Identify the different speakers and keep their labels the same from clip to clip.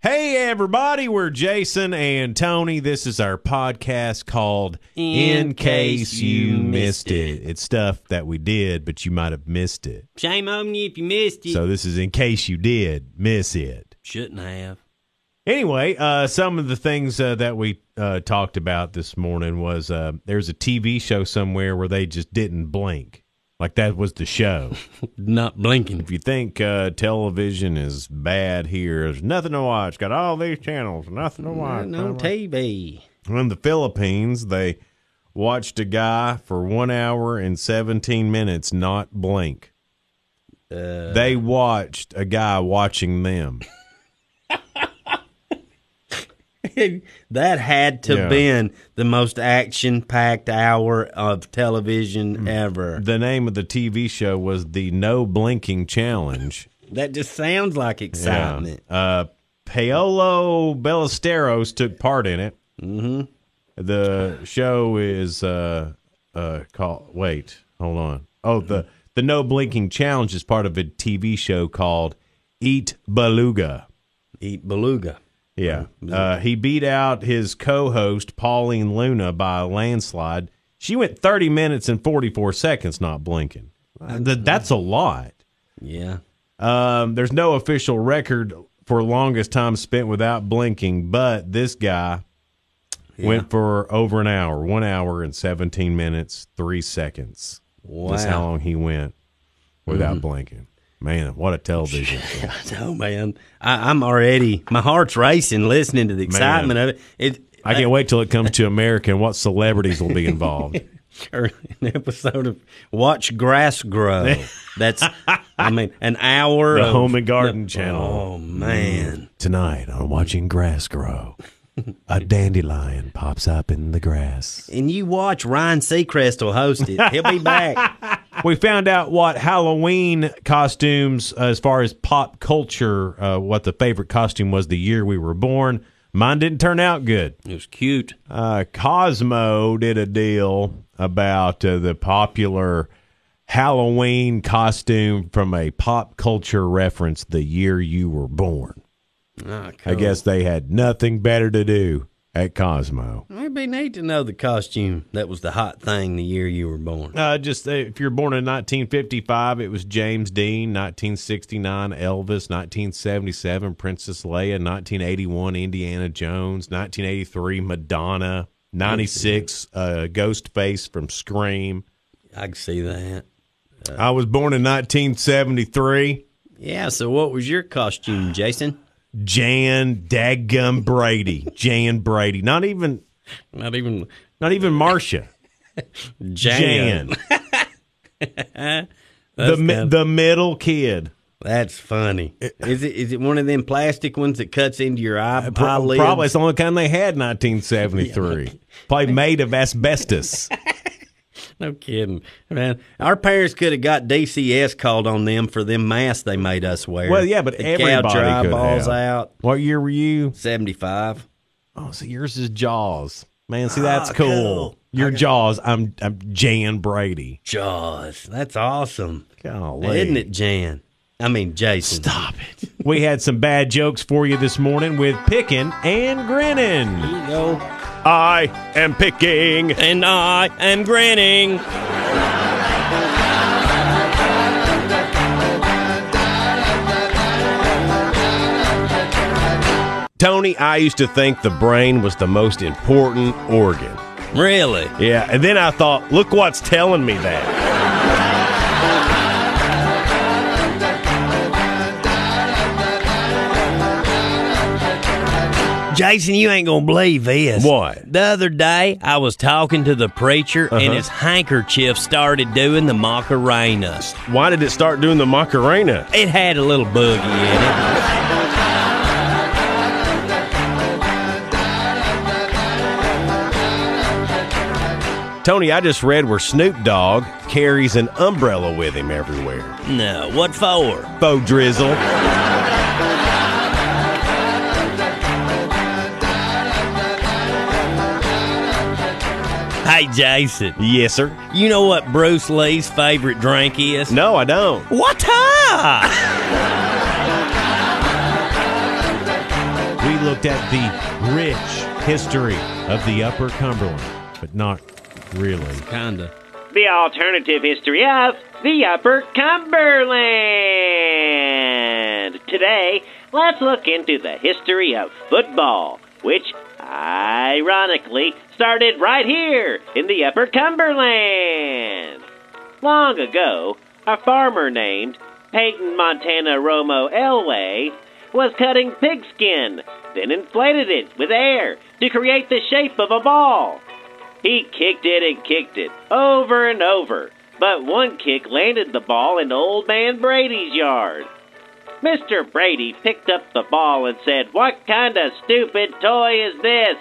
Speaker 1: Hey, everybody, we're Jason and Tony. This is our podcast called
Speaker 2: In Case You Missed
Speaker 1: It. It's stuff that we did, but you might have missed it.
Speaker 2: Shame on you if you missed it.
Speaker 1: So, this is in case you did miss it.
Speaker 2: Shouldn't have.
Speaker 1: Anyway, uh, some of the things uh, that we uh, talked about this morning was uh, there's a TV show somewhere where they just didn't blink. Like that was the show.
Speaker 2: Not blinking.
Speaker 1: if you think uh, television is bad here, there's nothing to watch. Got all these channels, nothing to watch.
Speaker 2: Not on TV.
Speaker 1: In the Philippines, they watched a guy for one hour and 17 minutes not blink.
Speaker 2: Uh,
Speaker 1: They watched a guy watching them.
Speaker 2: that had to
Speaker 1: Yeah.
Speaker 2: been the most action-packed hour of television
Speaker 1: Mm.
Speaker 2: ever.
Speaker 1: The name of the TV show was the No Blinking Challenge.
Speaker 2: That just sounds like excitement.
Speaker 1: Uh, Paolo Ballesteros took part in it. Mm-hmm. The show is uh, uh, called. Wait, hold on. Oh, the the no blinking challenge is part of a TV show called Eat Beluga.
Speaker 2: Eat beluga.
Speaker 1: Yeah, uh, he beat out his co-host Pauline Luna by a landslide. She went 30 minutes and 44 seconds not blinking. Uh, th- That's a lot.
Speaker 2: Yeah.
Speaker 1: Um, there's no official record for longest time spent without blinking, but this guy went for over an hour, one hour and 17 minutes, three seconds. That's how
Speaker 2: Wow. Mm-hmm.
Speaker 1: long he went without blinking. Man, what a television. show.
Speaker 2: I know, man. I, I'm already my heart's racing listening to the excitement of it. It
Speaker 1: I can't wait till it comes to America and what celebrities will be involved.
Speaker 2: or an episode of Watch Grass Grow. That's, I mean, an hour
Speaker 1: The
Speaker 2: of
Speaker 1: Home and Garden Channel.
Speaker 2: Oh man,
Speaker 1: Tonight on Watching Grass Grow, a dandelion pops up in the grass.
Speaker 2: and you watch Ryan Seacrest will host it. He'll be back.
Speaker 1: we found out what Halloween costumes, uh, as far as pop culture, uh, what the favorite costume was the year we were born. Mine didn't turn out good.
Speaker 2: it was cute.
Speaker 1: Uh, Cosmo did a deal about uh, the popular Halloween costume from a pop culture reference the year you were born.
Speaker 2: Oh,
Speaker 1: I
Speaker 2: cool.
Speaker 1: guess they had nothing better to do at Cosmo.
Speaker 2: it'd be neat to know the costume that was the hot thing the year you were born.
Speaker 1: Uh, just uh, if you're born in 1955, it was James Dean. 1969, Elvis. 1977, Princess Leia. 1981, Indiana Jones. 1983, Madonna. 96, uh, Ghostface from Scream.
Speaker 2: I can see that.
Speaker 1: I was born in 1973.
Speaker 2: Yeah. So, what was your costume, Jason?
Speaker 1: Jan Daggum Brady. Jan Brady. Not even,
Speaker 2: Not even
Speaker 1: not even Marcia.
Speaker 2: Jan.
Speaker 1: Jan. the mi-
Speaker 2: kinda-
Speaker 1: the middle kid.
Speaker 2: That's funny. Is it Uh, is it one of them plastic ones that cuts into your eye?
Speaker 1: Probably,
Speaker 2: eyelids?
Speaker 1: probably it's the only kind they had in 1973. Probably made of asbestos.
Speaker 2: No kidding, man. Our parents could have got DCS called on them for them masks they made us wear.
Speaker 1: Well, yeah, but
Speaker 2: the
Speaker 1: everybody
Speaker 2: your
Speaker 1: could
Speaker 2: eyeballs
Speaker 1: have.
Speaker 2: out.
Speaker 1: What year were you?
Speaker 2: Seventy-five.
Speaker 1: Oh, so yours is Jaws. Man, see that's
Speaker 2: Ah,
Speaker 1: cool.
Speaker 2: cool.
Speaker 1: Your Jaws. I'm I'm Jan Brady.
Speaker 2: Jaws. That's awesome,
Speaker 1: Golly.
Speaker 2: isn't it, Jan? I mean, Jason.
Speaker 1: Stop it. we had some bad jokes for you this morning with picking and grinning.
Speaker 2: Here you go.
Speaker 1: I am picking.
Speaker 2: And I am grinning.
Speaker 1: Tony, I used to think the brain was the most important organ.
Speaker 2: Really?
Speaker 1: Yeah, and then I thought, look what's telling me that.
Speaker 2: Jason, you ain't gonna believe this.
Speaker 1: What?
Speaker 2: The other day, I was talking to the preacher,
Speaker 1: Uh-huh.
Speaker 2: and his handkerchief started doing the Macarena.
Speaker 1: Why did it start doing the Macarena?
Speaker 2: It had a little boogie in it.
Speaker 1: Tony, I just read where Snoop Dogg carries an umbrella with him everywhere.
Speaker 2: No, what for?
Speaker 1: Faux drizzle.
Speaker 2: Hey, Jason,
Speaker 1: Yes, sir.
Speaker 2: you know what Bruce Lee's favorite drink is?
Speaker 1: No, I don't.
Speaker 2: What?
Speaker 3: looked at the rich history of the Upper Cumberland, but not really.
Speaker 1: Kinda.
Speaker 2: The alternative history of the Upper Cumberland. Today, let's look into the history of football, which ironically started right here in the Upper Cumberland. Long ago, a farmer named Peyton Montana Romo Elway was cutting pigskin, then inflated it with air to create the shape of a ball. He kicked it and kicked it over and over, but one kick landed the ball in old man Brady's yard. Mr. Brady picked up the ball and said, What kind of stupid toy is this?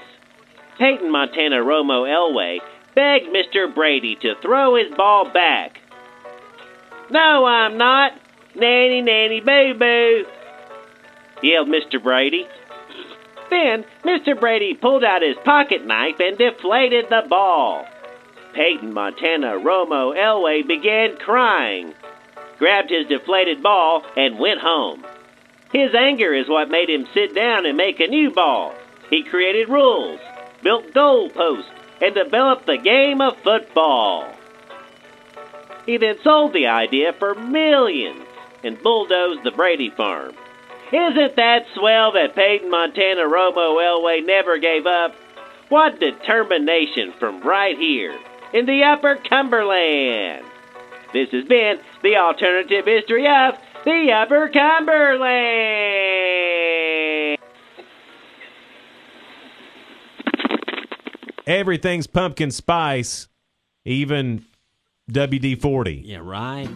Speaker 2: Peyton Montana Romo Elway begged Mr. Brady to throw his ball back. No, I'm not. Nanny, nanny, boo boo, yelled Mr. Brady. Then Mr. Brady pulled out his pocket knife and deflated the ball. Peyton Montana Romo Elway began crying, grabbed his deflated ball, and went home. His anger is what made him sit down and make a new ball. He created rules, built goalposts, and developed the game of football. He then sold the idea for millions and bulldozed the Brady farm. Isn't that swell that Peyton Montana Romo Elway never gave up? What determination from right here in the Upper Cumberland. This has been the alternative history of the Upper Cumberland.
Speaker 3: Everything's pumpkin spice, even WD 40.
Speaker 1: Yeah, right.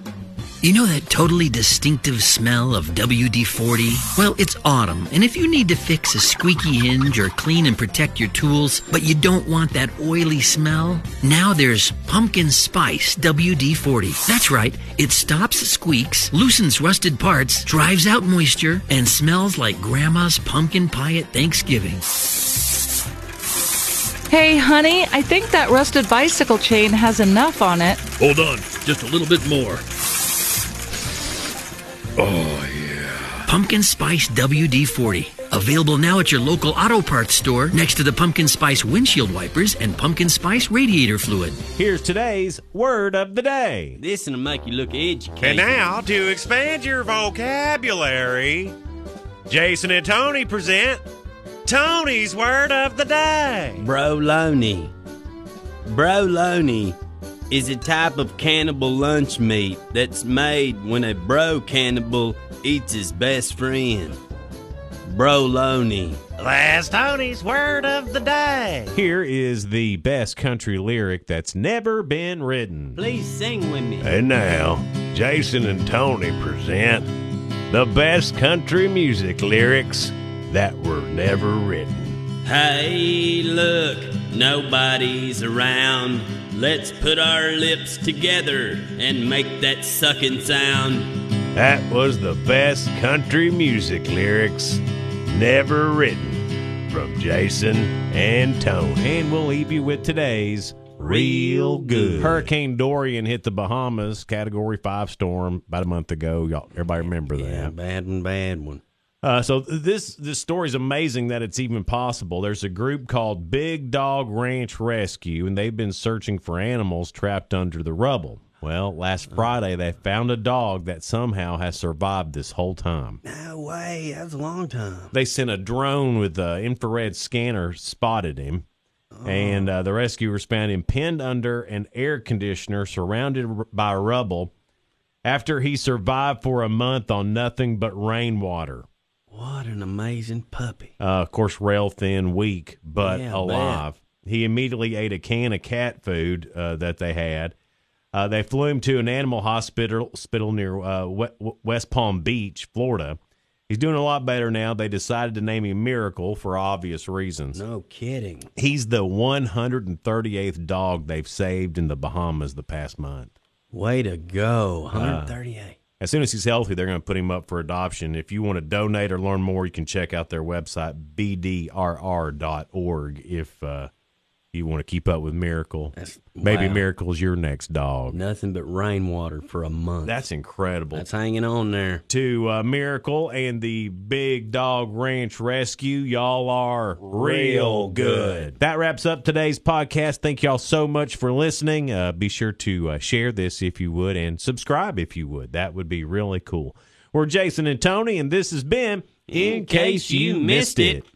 Speaker 4: You know that totally distinctive smell of WD 40? Well, it's autumn, and if you need to fix a squeaky hinge or clean and protect your tools, but you don't want that oily smell, now there's Pumpkin Spice WD 40. That's right, it stops squeaks, loosens rusted parts, drives out moisture, and smells like Grandma's pumpkin pie at Thanksgiving.
Speaker 5: Hey, honey, I think that rusted bicycle chain has enough on it.
Speaker 4: Hold on, just a little bit more. Oh, Pumpkin Spice WD 40. Available now at your local auto parts store next to the Pumpkin Spice windshield wipers and Pumpkin Spice radiator fluid.
Speaker 3: Here's today's word of the day.
Speaker 1: This'll make you look educated.
Speaker 3: And now, to expand your vocabulary, Jason and Tony present Tony's Word of the Day.
Speaker 1: Broloni. Broloni is a type of cannibal lunch meat that's made when a bro cannibal eats his best friend. Broloni.
Speaker 2: Last Tony's word of the day.
Speaker 3: Here is the best country lyric that's never been written.
Speaker 1: Please sing with me.
Speaker 3: And now, Jason and Tony present the best country music lyrics that were never written.
Speaker 1: Hey, look, nobody's around. Let's put our lips together and make that sucking sound.
Speaker 3: That was the best country music lyrics never written from Jason and Tony. And we'll leave you with today's real good. Hurricane Dorian hit the Bahamas, Category Five storm about a month ago. Y'all, everybody remember that?
Speaker 1: Yeah, bad one, bad one.
Speaker 3: Uh, so th- this this story is amazing that it's even possible. There's a group called Big Dog Ranch Rescue, and they've been searching for animals trapped under the rubble. Well, last Friday they found a dog that somehow has survived this whole time.
Speaker 1: No way, that was a long time.
Speaker 3: They sent a drone with an infrared scanner, spotted him, and uh, the rescuers found him pinned under an air conditioner, surrounded r- by rubble. After he survived for a month on nothing but rainwater.
Speaker 1: What an amazing puppy.
Speaker 3: Uh, of course, rail thin, weak, but
Speaker 1: Yeah, I bet.
Speaker 3: alive. He immediately ate a can of cat food uh, that they had. Uh, they flew him to an animal hospital, hospital near uh, we- W- West Palm Beach, Florida. He's doing a lot better now. They decided to name him Miracle for obvious reasons.
Speaker 1: No kidding.
Speaker 3: He's the 138th dog they've saved in the Bahamas the past month.
Speaker 1: Way to go. 138.
Speaker 3: As soon as he's healthy, they're going to put him up for adoption. If you want to donate or learn more, you can check out their website, bdrr.org, if uh,
Speaker 1: You want to keep up with Miracle.
Speaker 2: That's-
Speaker 1: Maybe
Speaker 2: wow.
Speaker 1: Miracle's your next dog.
Speaker 2: Nothing but rainwater for a month.
Speaker 1: That's incredible.
Speaker 2: That's hanging on there.
Speaker 1: to uh, Miracle and the Big Dog Ranch Rescue. Y'all are real good. That wraps up today's podcast. Thank y'all so much for listening. Uh, be sure to uh, share this if you would and subscribe if you would. That would be really cool. We're Jason and Tony, and this has been In,
Speaker 2: Case You Missed It.